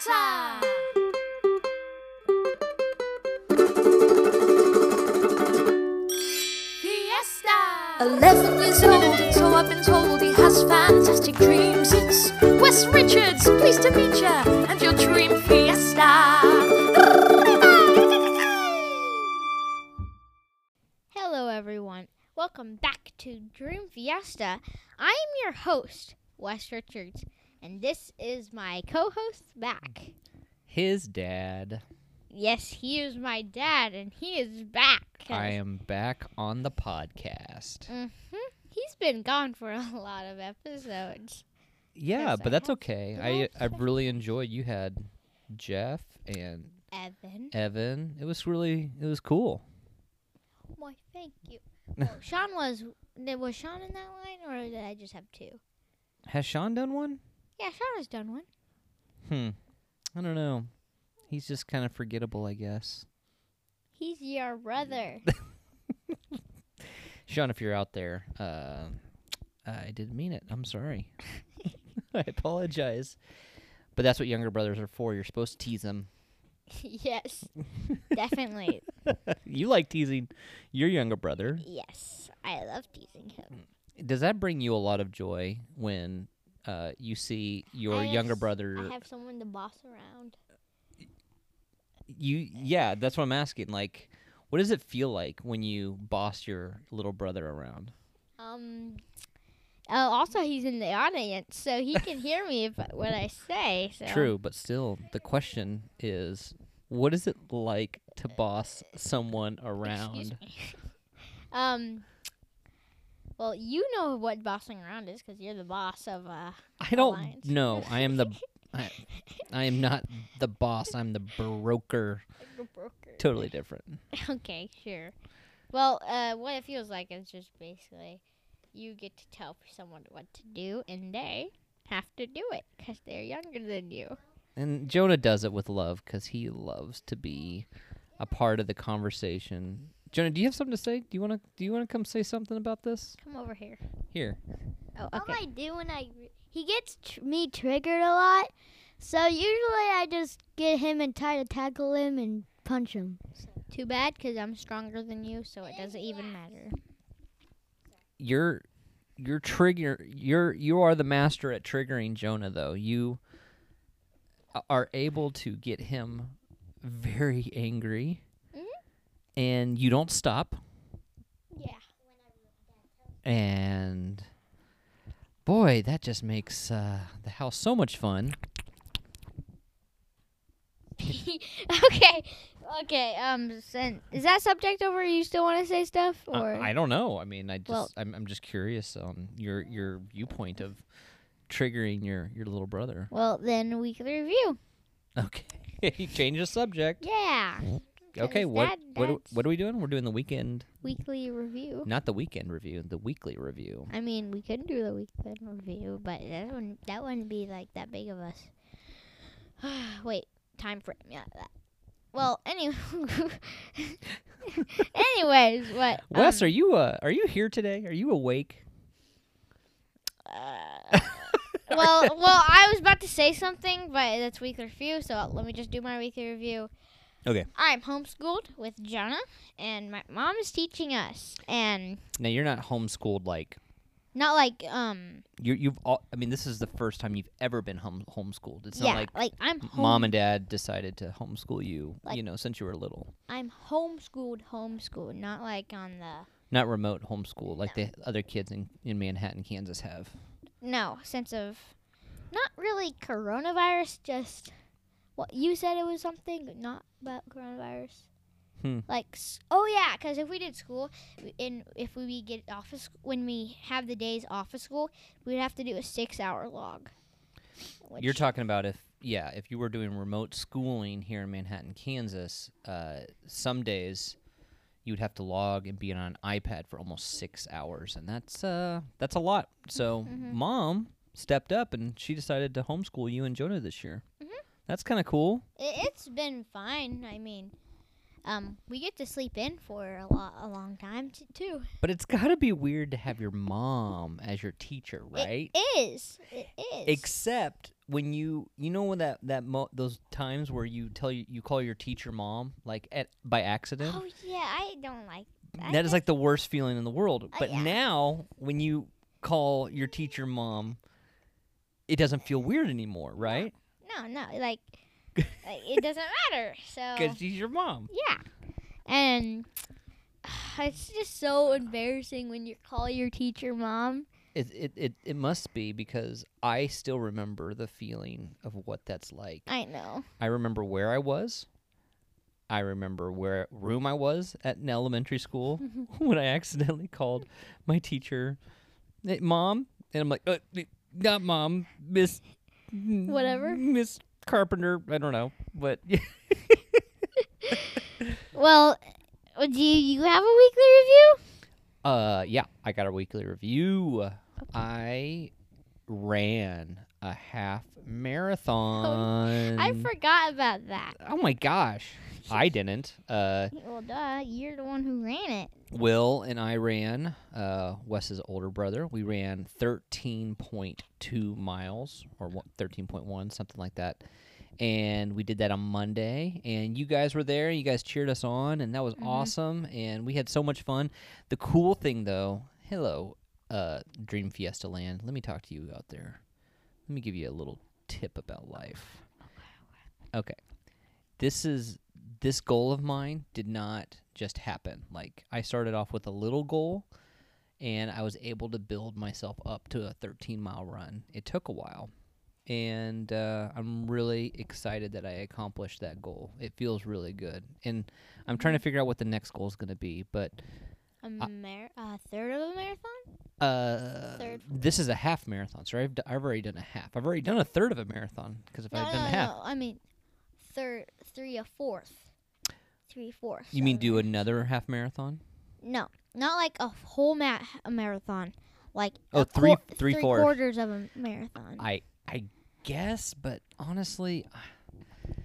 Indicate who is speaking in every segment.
Speaker 1: cha. Fiesta.
Speaker 2: Eleven years old, and so I've been told he has fantastic dreams. It's Wes Richards, pleased to meet ya, and your dream fiesta.
Speaker 3: Hello, everyone. Welcome back to Dream Fiesta. I am your host, Wes Richards, and this is my co host, back.
Speaker 4: His dad.
Speaker 3: Yes, he is my dad, and he is back.
Speaker 4: I am back on the podcast.
Speaker 3: hmm He's been gone for a lot of episodes.
Speaker 4: Yeah,
Speaker 3: Yes, I
Speaker 4: but that's
Speaker 3: have.
Speaker 4: okay.
Speaker 3: Yeah.
Speaker 4: I I really enjoyed you had Jeff and
Speaker 3: Evan.
Speaker 4: Evan. It was really it was cool.
Speaker 3: Why, thank you. Well, Sean was. th- Was Sean in that line, or did I just have two?
Speaker 4: Has Sean done one?
Speaker 3: Yeah, Sean has done one.
Speaker 4: Hmm. I don't know. He's just kind of forgettable, I guess.
Speaker 3: He's your brother.
Speaker 4: Sean, if you're out there, uh, I didn't mean it. I'm sorry. I apologize. But that's what younger brothers are for. You're supposed to tease them.
Speaker 3: yes, definitely.
Speaker 4: you like teasing your younger brother.
Speaker 3: Yes, I love teasing him.
Speaker 4: Does that bring you a lot of joy when uh, you see your
Speaker 3: I have
Speaker 4: younger
Speaker 3: s-
Speaker 4: brother?
Speaker 3: I have someone to boss around.
Speaker 4: you, yeah, that's what I'm asking. Like, what does it feel like when you boss your little brother around?
Speaker 3: Um. Oh, also he's in the audience, so he can hear me if, what I say. So.
Speaker 4: True, but still, the question is, what is it like to boss someone
Speaker 3: Excuse
Speaker 4: around?
Speaker 3: me. um. Well, you know what bossing around is because you're the boss of. Uh,
Speaker 4: I don't
Speaker 3: Alliance.
Speaker 4: know. I am the, I, I am not the boss. I'm the broker.
Speaker 3: the broker.
Speaker 4: Totally different.
Speaker 3: Okay, sure. Well, uh, what it feels like is just basically you get to tell someone what to do, and they have to do it because they're younger than you.
Speaker 4: And Jonah does it with love because he loves to be a part of the conversation. Jonah, do you have something to say? Do you want to? Do you want to come say something about this?
Speaker 3: Come over here.
Speaker 4: Here.
Speaker 3: Oh,
Speaker 1: All
Speaker 3: okay.
Speaker 1: I do when I he gets tr- me triggered a lot, so usually I just get him and try to tackle him and punch him.
Speaker 3: Too bad, because I'm stronger than you, so it doesn't even matter.
Speaker 4: You're you're trigger you're you are the master at triggering Jonah though. You a- are able to get him very angry.
Speaker 3: Mhm.
Speaker 4: And you don't stop.
Speaker 3: Yeah.
Speaker 4: And boy, that just makes uh, the house so much fun.
Speaker 3: okay. Okay. Um. Sen- is that subject over? You still want to say stuff?
Speaker 4: Uh,
Speaker 3: Or
Speaker 4: I don't know. I mean, I just
Speaker 3: Well-
Speaker 4: I'm I'm just curious on your your viewpoint of triggering your your little brother.
Speaker 3: well, then weekly review.
Speaker 4: Okay, change the subject.
Speaker 3: Yeah. 'Cause
Speaker 4: Hmm. Okay, what
Speaker 3: that-
Speaker 4: what are-
Speaker 3: that's
Speaker 4: what are we doing? We're doing the weekend,
Speaker 3: weekly review?
Speaker 4: not the weekend review, the weekly review.
Speaker 3: I mean, we could do the weekend review, but that wouldn't that wouldn't be like that big of us. Wait, time frame. Yeah, that. Well, anyway, anyways, what?
Speaker 4: Wes,
Speaker 3: um,
Speaker 4: are you uh are you here today? Are you awake?
Speaker 3: uh, well, well, I was about to say something, but that's weekly review. So let me just do my weekly review.
Speaker 4: Okay.
Speaker 3: I'm homeschooled with Jonah, and my mom is teaching us, and
Speaker 4: Now you're not homeschooled like
Speaker 3: not like um
Speaker 4: you you've all, I mean this is the first time you've ever been home homeschooled. It's
Speaker 3: yeah
Speaker 4: not like
Speaker 3: like, I'm home,
Speaker 4: mom and dad decided to homeschool you,
Speaker 3: Like-
Speaker 4: you know, since you were little.
Speaker 3: I'm homeschooled, homeschooled, not like on the
Speaker 4: Not remote homeschool like the other kids in, in Manhattan, Kansas have.
Speaker 3: no sense of not really coronavirus just what you said it was something but not about coronavirus
Speaker 4: Hmm.
Speaker 3: like s- oh yeah because if we did school w- and if we get off of school when we have the days off of school we'd have to do a six hour log
Speaker 4: You're
Speaker 3: which-
Speaker 4: talking about if yeah, if you were doing remote schooling here in Manhattan, Kansas, uh, some days you would have to log and be on an iPad for almost six hours, and that's uh, that's a lot. So
Speaker 3: Mm-hmm.
Speaker 4: mom stepped up and she decided to homeschool
Speaker 3: Mm-hmm.
Speaker 4: you and Jonah this year. That's kind of cool.
Speaker 3: I- it's been fine i mean um, we get to sleep in for a, lo- a long time t- too.
Speaker 4: But it's got to be weird to have your mom as your teacher, right?
Speaker 3: It is. It is.
Speaker 4: Except when you you know when that that mo- those times where you tell you, you call your teacher mom like at by accident.
Speaker 3: oh yeah, I don't like that.
Speaker 4: that is like the worst feeling in the world. But
Speaker 3: yeah.
Speaker 4: now when you call your teacher mom, it doesn't feel weird anymore, right?
Speaker 3: no, no, like, like it doesn't matter. So
Speaker 4: Because she's your mom.
Speaker 3: Oh. yeah, and it's just so embarrassing when you call your teacher mom.
Speaker 4: It, it it it must be because I still remember the feeling of what that's like.
Speaker 3: I know.
Speaker 4: I remember where I was. I remember where room I was at an elementary school when I accidentally called my teacher, "Hey, mom, and I'm like, uh, n- not mom, Miss,
Speaker 3: Whatever.
Speaker 4: Miss Carpenter. I don't know, but
Speaker 3: Well, uh, do you have a weekly review?
Speaker 4: uh, yeah, I got a weekly review. I ran a half marathon.
Speaker 3: I forgot about that.
Speaker 4: oh my gosh, I didn't. Uh,
Speaker 3: Well, duh, you're the one who ran it.
Speaker 4: Will and I ran, uh, Wes's older brother. We ran 13.2 miles or what- 13.1, something like that. And we did that on Monday. And you guys were there. You guys cheered us on. And that was awesome. And we had so much fun. The cool thing, though, hello, uh, Dream Fiesta Land. Let me talk to you out there. Let me give you a little tip about life. Okay this is this goal of mine did not just happen. Like I started off with a little goal and I was able to build myself up to a 13 mile run. It took a while. And uh, I'm really excited that I accomplished that goal. It feels really good. And I'm trying to figure out what the next goal is going to be. But
Speaker 3: A mar- a third of a marathon?
Speaker 4: uh,
Speaker 3: Third.
Speaker 4: this is a half marathon. So I've, d- I've already done a half. I've already done a third of a marathon because if I've done a half,
Speaker 3: I mean, third, three, a fourth, three fourths.
Speaker 4: you mean do another half marathon?
Speaker 3: No, not like a whole ma- a marathon, like
Speaker 4: Oh,
Speaker 3: a
Speaker 4: three-
Speaker 3: quar-
Speaker 4: three
Speaker 3: three
Speaker 4: fourths.
Speaker 3: quarters of a marathon,
Speaker 4: I I guess, but honestly,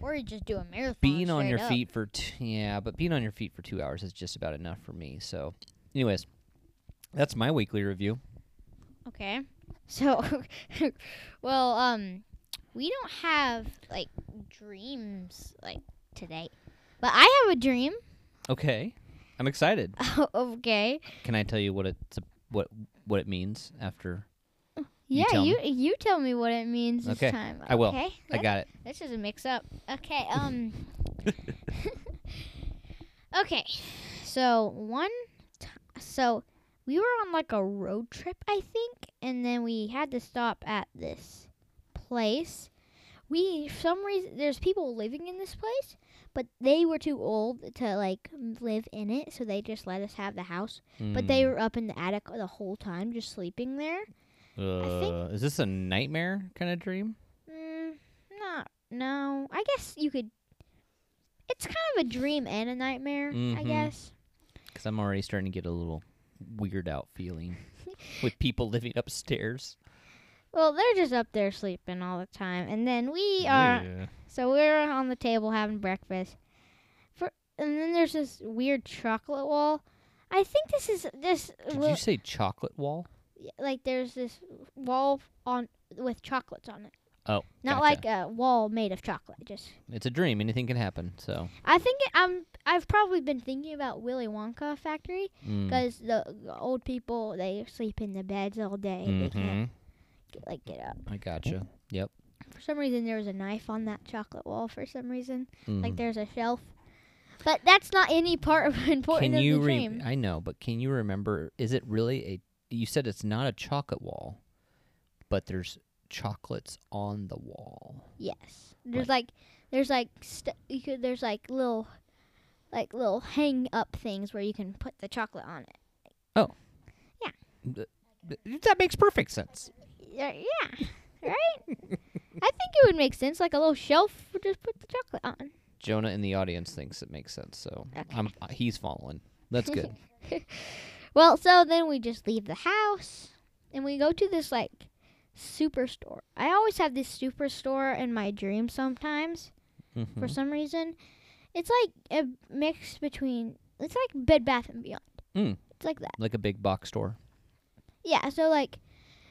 Speaker 3: or you just do a marathon.
Speaker 4: being on your
Speaker 3: straight up.
Speaker 4: feet for t- yeah, but being on your feet for two hours is just about enough for me. So, anyways, that's my weekly review.
Speaker 3: Okay. So, well, um, we don't have like dreams like today, but I have a dream.
Speaker 4: Okay, I'm excited.
Speaker 3: okay.
Speaker 4: Can I tell you what it's what what it means after? You
Speaker 3: Yeah,
Speaker 4: tell
Speaker 3: you you tell me what it means
Speaker 4: Okay,
Speaker 3: this time.
Speaker 4: I will.
Speaker 3: Okay.
Speaker 4: I got it.
Speaker 3: This is a mix up. Okay, um Okay. So, one t- so we were on like a road trip, I think, and then we had to stop at this place. We for some reason there's people living in this place, but they were too old to like live in it, so they just let us have the house. But
Speaker 4: Hmm.
Speaker 3: they were up in the attic the whole time just sleeping there.
Speaker 4: uh,
Speaker 3: think-
Speaker 4: is this a nightmare kind of dream?
Speaker 3: Mm, not no. I guess you could. It's kind of a dream and a nightmare, I
Speaker 4: Mhm.
Speaker 3: guess.
Speaker 4: Because I'm already starting to get a little weird out feeling with people living upstairs.
Speaker 3: Well, they're just up there sleeping all the time, and then we are. So we're on the table having breakfast, for and then there's this weird chocolate wall. I think this is this
Speaker 4: Did
Speaker 3: will,
Speaker 4: you say chocolate wall?
Speaker 3: like there's this wall on with chocolates on it.
Speaker 4: Oh,
Speaker 3: Not
Speaker 4: gotcha.
Speaker 3: like a wall made of chocolate. Just
Speaker 4: It's a dream. Anything can happen. So,
Speaker 3: I think it, I'm I've probably been thinking about Willy Wonka factory.
Speaker 4: mm.
Speaker 3: because the the old people they sleep in the beds all day. They can't
Speaker 4: Mhm.
Speaker 3: get, like get up.
Speaker 4: I gotcha. Yep.
Speaker 3: For some reason, there was a knife on that chocolate wall. For some reason, like
Speaker 4: Mhm.
Speaker 3: there's a shelf, but that's not any part of important
Speaker 4: Can
Speaker 3: of
Speaker 4: you
Speaker 3: the
Speaker 4: re-
Speaker 3: dream.
Speaker 4: I know, but can you remember? Is it really a? You said it's not a chocolate wall, but there's chocolates on the wall.
Speaker 3: yes, there's like there's like st- you could there's like little like little hang up things where you can put the chocolate on it.
Speaker 4: That makes perfect sense.
Speaker 3: Yeah, yeah, right. I think it would make sense, like a little shelf, to just put the chocolate on.
Speaker 4: Jonah in the audience thinks it makes sense, so
Speaker 3: Okay.
Speaker 4: I'm uh, he's following. That's good.
Speaker 3: Well, so then we just leave the house and we go to this like superstore. I always have this superstore in my dreams sometimes
Speaker 4: Mhm.
Speaker 3: for some reason. It's like a mix between. It's like Bed Bath and Beyond.
Speaker 4: Mm.
Speaker 3: It's like that.
Speaker 4: like a big box store.
Speaker 3: Yeah. So like,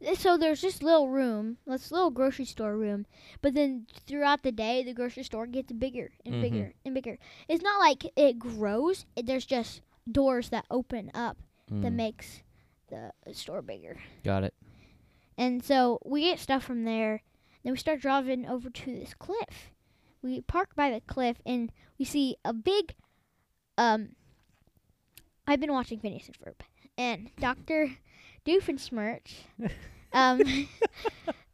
Speaker 3: th- so there's this little room, this little grocery store room, but then throughout the day, the grocery store gets bigger and
Speaker 4: Mhm.
Speaker 3: bigger and bigger. It's not like it grows. It, there's just doors that open up that
Speaker 4: Mm,
Speaker 3: makes the store bigger.
Speaker 4: Got it.
Speaker 3: And so we get stuff from there. Then we start driving over to this cliff. We park by the cliff and we see a big um I've been watching Phineas and Ferb and Dr. Doofensmirch um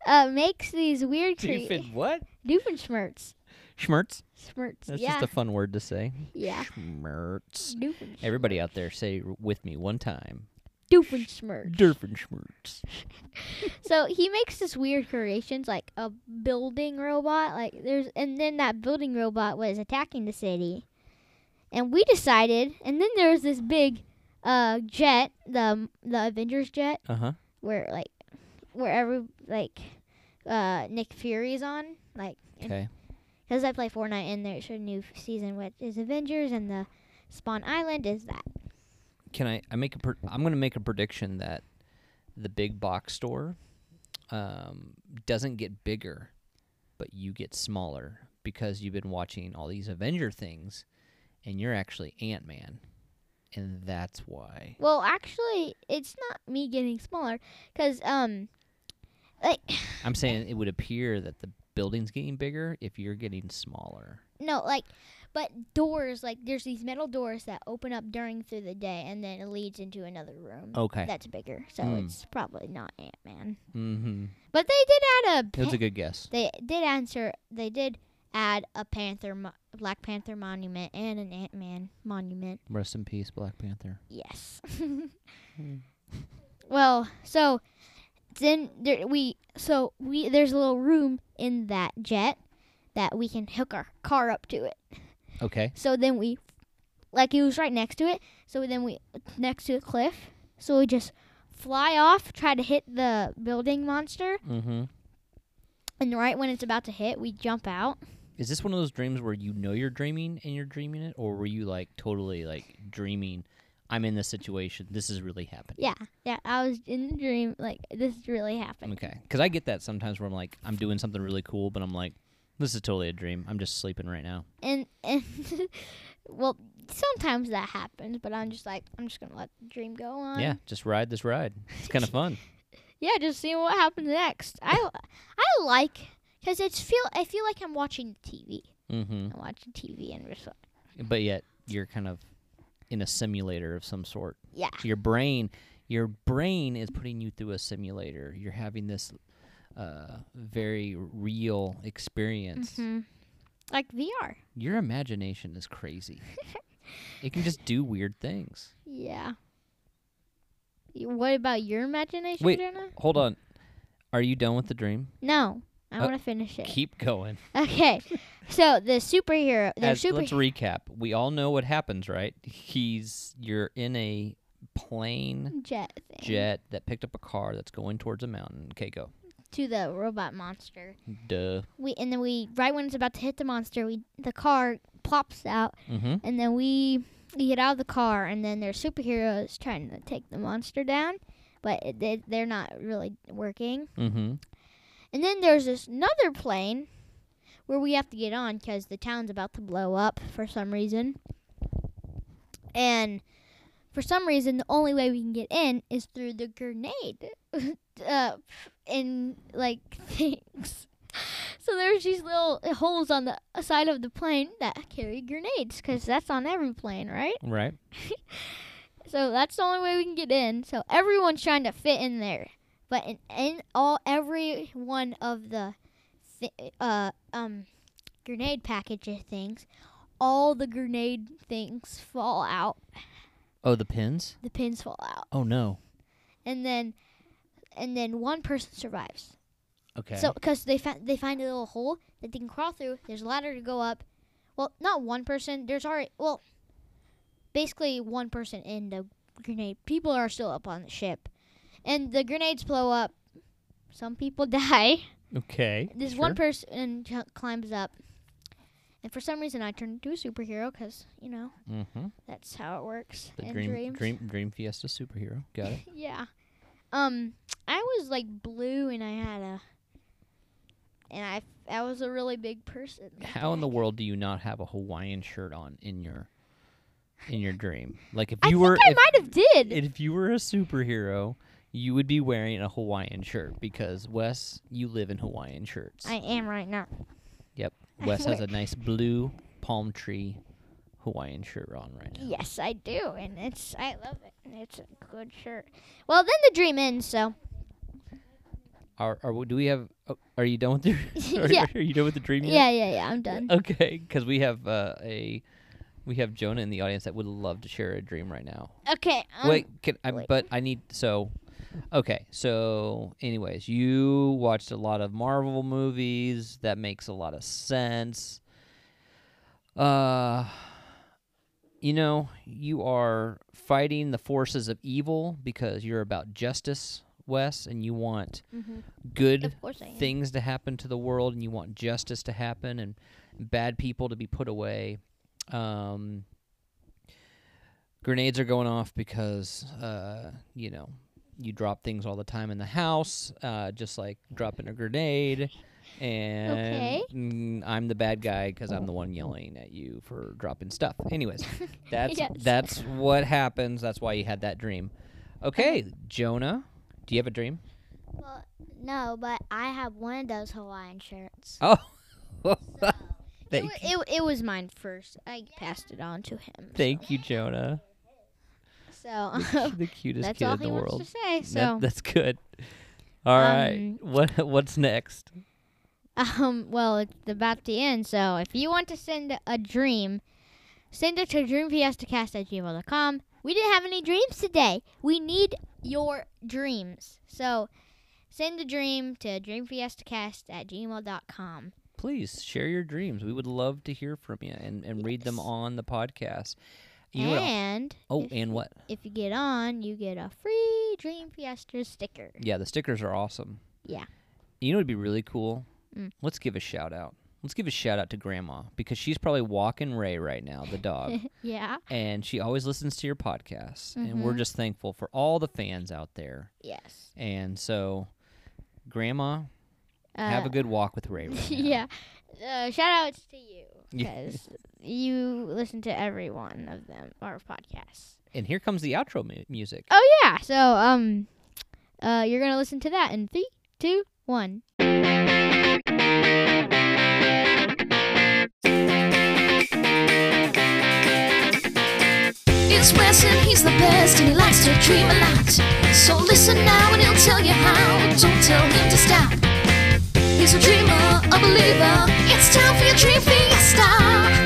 Speaker 3: uh makes these weird creatures.
Speaker 4: what?
Speaker 3: Doofensmirch.
Speaker 4: Schmertz.
Speaker 3: Smirts.
Speaker 4: That's
Speaker 3: yeah.
Speaker 4: just a fun word to say.
Speaker 3: yeah.
Speaker 4: Schmertz.
Speaker 3: Doofenshmirtz.
Speaker 4: Everybody out there, say r- with me one time.
Speaker 3: Doofensmirch.
Speaker 4: Derfenschmertz.
Speaker 3: so he makes this weird creations like a building robot like there's and then that building robot was attacking the city and we decided and then there was this big uh jet the the avengers jet
Speaker 4: Uh huh.
Speaker 3: where like where every like uh nick fury's on like
Speaker 4: Okay.
Speaker 3: because i play fortnite and there's a new season which is avengers and the spawn island is that
Speaker 4: Can I? I make a. Per- I'm going to make a prediction that the big box store um, doesn't get bigger, but you get smaller because you've been watching all these Avenger things, and you're actually Ant Man, and that's why.
Speaker 3: well actually it's not me getting smaller because um like
Speaker 4: I'm saying it would appear that the building's getting bigger if you're getting smaller.
Speaker 3: No, like, but doors, like, there's these metal doors that open up during through the day, and then it leads into another room
Speaker 4: Okay.
Speaker 3: that's bigger. So
Speaker 4: Mm.
Speaker 3: it's probably not Ant Man.
Speaker 4: Mm-hmm.
Speaker 3: But they did add a.
Speaker 4: It was
Speaker 3: pa-
Speaker 4: a good guess.
Speaker 3: they did answer. They did add a Panther, mo- Black Panther monument, and an Ant Man monument.
Speaker 4: Rest in peace, Black Panther.
Speaker 3: Yes.
Speaker 4: Hmm.
Speaker 3: Well, so then there, we so we there's a little room in that jet that we can hook our car up to it.
Speaker 4: Okay.
Speaker 3: So then we, like it was right next to it. So then we next to a cliff. So we just fly off, try to hit the building monster,
Speaker 4: Mm-hmm.
Speaker 3: and right when it's about to hit, we jump out.
Speaker 4: Is this one of those dreams where you know you're dreaming and you're dreaming it, or were you like totally like dreaming? I'm in this situation. This is really happening.
Speaker 3: Yeah, yeah. I was in the dream. Like this really happened.
Speaker 4: Okay. Because I get that sometimes where I'm like, I'm doing something really cool, but I'm like, this is totally a dream. I'm just sleeping right now.
Speaker 3: And and well, sometimes that happens, but I'm just like I'm just gonna let the dream go on.
Speaker 4: yeah. Just ride this ride. It's kind of fun.
Speaker 3: Yeah, just seeing what happens next. I I like because it's feel I feel like I'm watching TV.
Speaker 4: Mm-hmm.
Speaker 3: I'm watching TV and just
Speaker 4: But yet you're kind of in a simulator of some sort.
Speaker 3: yeah.
Speaker 4: your brain your brain is putting you through a simulator you're having this uh, very real experience
Speaker 3: Mhm. Like VR.
Speaker 4: your imagination is crazy it can just do weird things
Speaker 3: Yeah. Y- What about your imagination,
Speaker 4: Wait.
Speaker 3: Jonah?
Speaker 4: hold on are you done with the dream
Speaker 3: No, I
Speaker 4: Uh,
Speaker 3: want to finish it.
Speaker 4: keep going
Speaker 3: Okay, so the superhero, the
Speaker 4: As,
Speaker 3: super.
Speaker 4: let's recap we all know what happens right he's you're in a plane
Speaker 3: Jet thing
Speaker 4: jet that picked up a car that's going towards a mountain okay go
Speaker 3: to the robot monster.
Speaker 4: duh
Speaker 3: We and then we right when it's about to hit the monster, we the car plops out,
Speaker 4: mm-hmm
Speaker 3: and then we we get out of the car, and then there's superheroes trying to take the monster down, but it, they, they're not really working.
Speaker 4: mm-hmm
Speaker 3: And then there's this another plane where we have to get on because the town's about to blow up for some reason. And for some reason, the only way we can get in is through the grenade uh, and like things. So there's these little holes on the side of the plane that carry grenades because that's on every plane, right?
Speaker 4: right
Speaker 3: So that's the only way we can get in. So everyone's trying to fit in there, but in, in all every one of the thi- uh um grenade package things, all the grenade things fall out.
Speaker 4: oh the pins
Speaker 3: The pins fall out,
Speaker 4: oh no
Speaker 3: and then and then one person survives.
Speaker 4: okay
Speaker 3: So because they fa- they find a little hole that they can crawl through. There's a ladder to go up. Well, not one person. There's already well, basically one person in the grenade. People are still up on the ship, and the grenades blow up. Some people die.
Speaker 4: Okay.
Speaker 3: This one person ch- climbs up, And for some reason, I turned into a superhero because you know
Speaker 4: Mm-hmm.
Speaker 3: that's how it works
Speaker 4: The
Speaker 3: in
Speaker 4: dream,
Speaker 3: dreams.
Speaker 4: dream, dream fiesta superhero. Got it.
Speaker 3: yeah. Um, I was like blue, and I had a, and I f- I was a really big person. like
Speaker 4: How in
Speaker 3: that.
Speaker 4: the world do you not have a Hawaiian shirt on in your in your dream? Like if
Speaker 3: I
Speaker 4: you
Speaker 3: think
Speaker 4: were
Speaker 3: I
Speaker 4: if,
Speaker 3: might have did.
Speaker 4: if you were a superhero, you would be wearing a Hawaiian shirt because Wes, you live in Hawaiian shirts.
Speaker 3: I am right now.
Speaker 4: yep.
Speaker 3: I
Speaker 4: Wes has
Speaker 3: wear-
Speaker 4: a nice blue palm tree Hawaiian shirt on right now.
Speaker 3: Yes, I do, and it's I love it. and It's a good shirt. Well, then the dream ends. So
Speaker 4: Are, are we- do we have? oh, Are you done with the? are,
Speaker 3: Yeah.
Speaker 4: are you done with the dream yet?
Speaker 3: yeah, yeah, yeah. I'm done.
Speaker 4: Okay, because we have uh, a we have Jonah in the audience that would love to share a dream right now.
Speaker 3: Okay. Um,
Speaker 4: wait, can I,
Speaker 3: wait.
Speaker 4: but I need so. Okay, so anyways, you watched a lot of Marvel movies. That makes a lot of sense. Uh, you know, you are fighting the forces of evil because you're about justice, Wes, and you want
Speaker 3: Mhm.
Speaker 4: good
Speaker 3: Of course I am.
Speaker 4: things to happen to the world and you want justice to happen and bad people to be put away. Um, grenades are going off because, uh, you know, you drop things all the time in the house, uh, just like dropping a grenade. And
Speaker 3: Okay. Oh.
Speaker 4: mm, I'm the bad guy because I'm the one yelling at you for dropping stuff. Anyways, that's
Speaker 3: Yes.
Speaker 4: that's what happens. That's why you had that dream. Okay,
Speaker 3: Um,
Speaker 4: Jonah, do you have a dream?
Speaker 1: Well, no, but I have one of those Hawaiian shirts.
Speaker 4: Oh.
Speaker 3: It,
Speaker 4: thank,
Speaker 3: wa- it, it was mine first. I passed it on to him.
Speaker 4: thank you, Jonah.
Speaker 3: So
Speaker 4: the cutest
Speaker 3: that's
Speaker 4: kid
Speaker 3: all
Speaker 4: in
Speaker 3: he
Speaker 4: the
Speaker 3: wants
Speaker 4: world.
Speaker 3: to say.
Speaker 4: That-
Speaker 3: So
Speaker 4: that's good. All right.
Speaker 3: Um,
Speaker 4: What what's next?
Speaker 3: um, well, it's about to end. So if you want to send a dream, send it to dreamfiestacast at gmail.com. We didn't have any dreams today. We need your dreams. So send a dream to dreamfiestacast at gmail.com.
Speaker 4: Please share your dreams. We would love to hear from you and, and read them
Speaker 3: Yes.
Speaker 4: on the podcast. You know what else-
Speaker 3: And
Speaker 4: oh,
Speaker 3: if-
Speaker 4: and what?
Speaker 3: if you get on, you get a free Dream Fiesta sticker.
Speaker 4: Yeah, the stickers are awesome.
Speaker 3: Yeah.
Speaker 4: You know what'd be really cool?
Speaker 3: Mm.
Speaker 4: Let's give a shout out. Let's give a shout out to Grandma because she's probably walking Ray right now, the dog.
Speaker 3: Yeah.
Speaker 4: and she always listens to your podcast and we're
Speaker 3: Mhm.
Speaker 4: just thankful for all the fans out there
Speaker 3: Yes.
Speaker 4: and so grandma have
Speaker 3: Uh,
Speaker 4: a good walk with ray right now.
Speaker 3: yeah. Uh, shout outs to you
Speaker 4: Yeah.
Speaker 3: because you listen to every one of them our podcasts.
Speaker 4: and here comes the outro mu- music
Speaker 3: Oh yeah. So um, uh, you're gonna listen to that in three, two, one.
Speaker 2: It's Wes and he's the best and he likes to dream a lot. So listen now and he'll tell you how. Don't tell him to stop. He's a dreamer, a believer. It's time for your dream fiesta.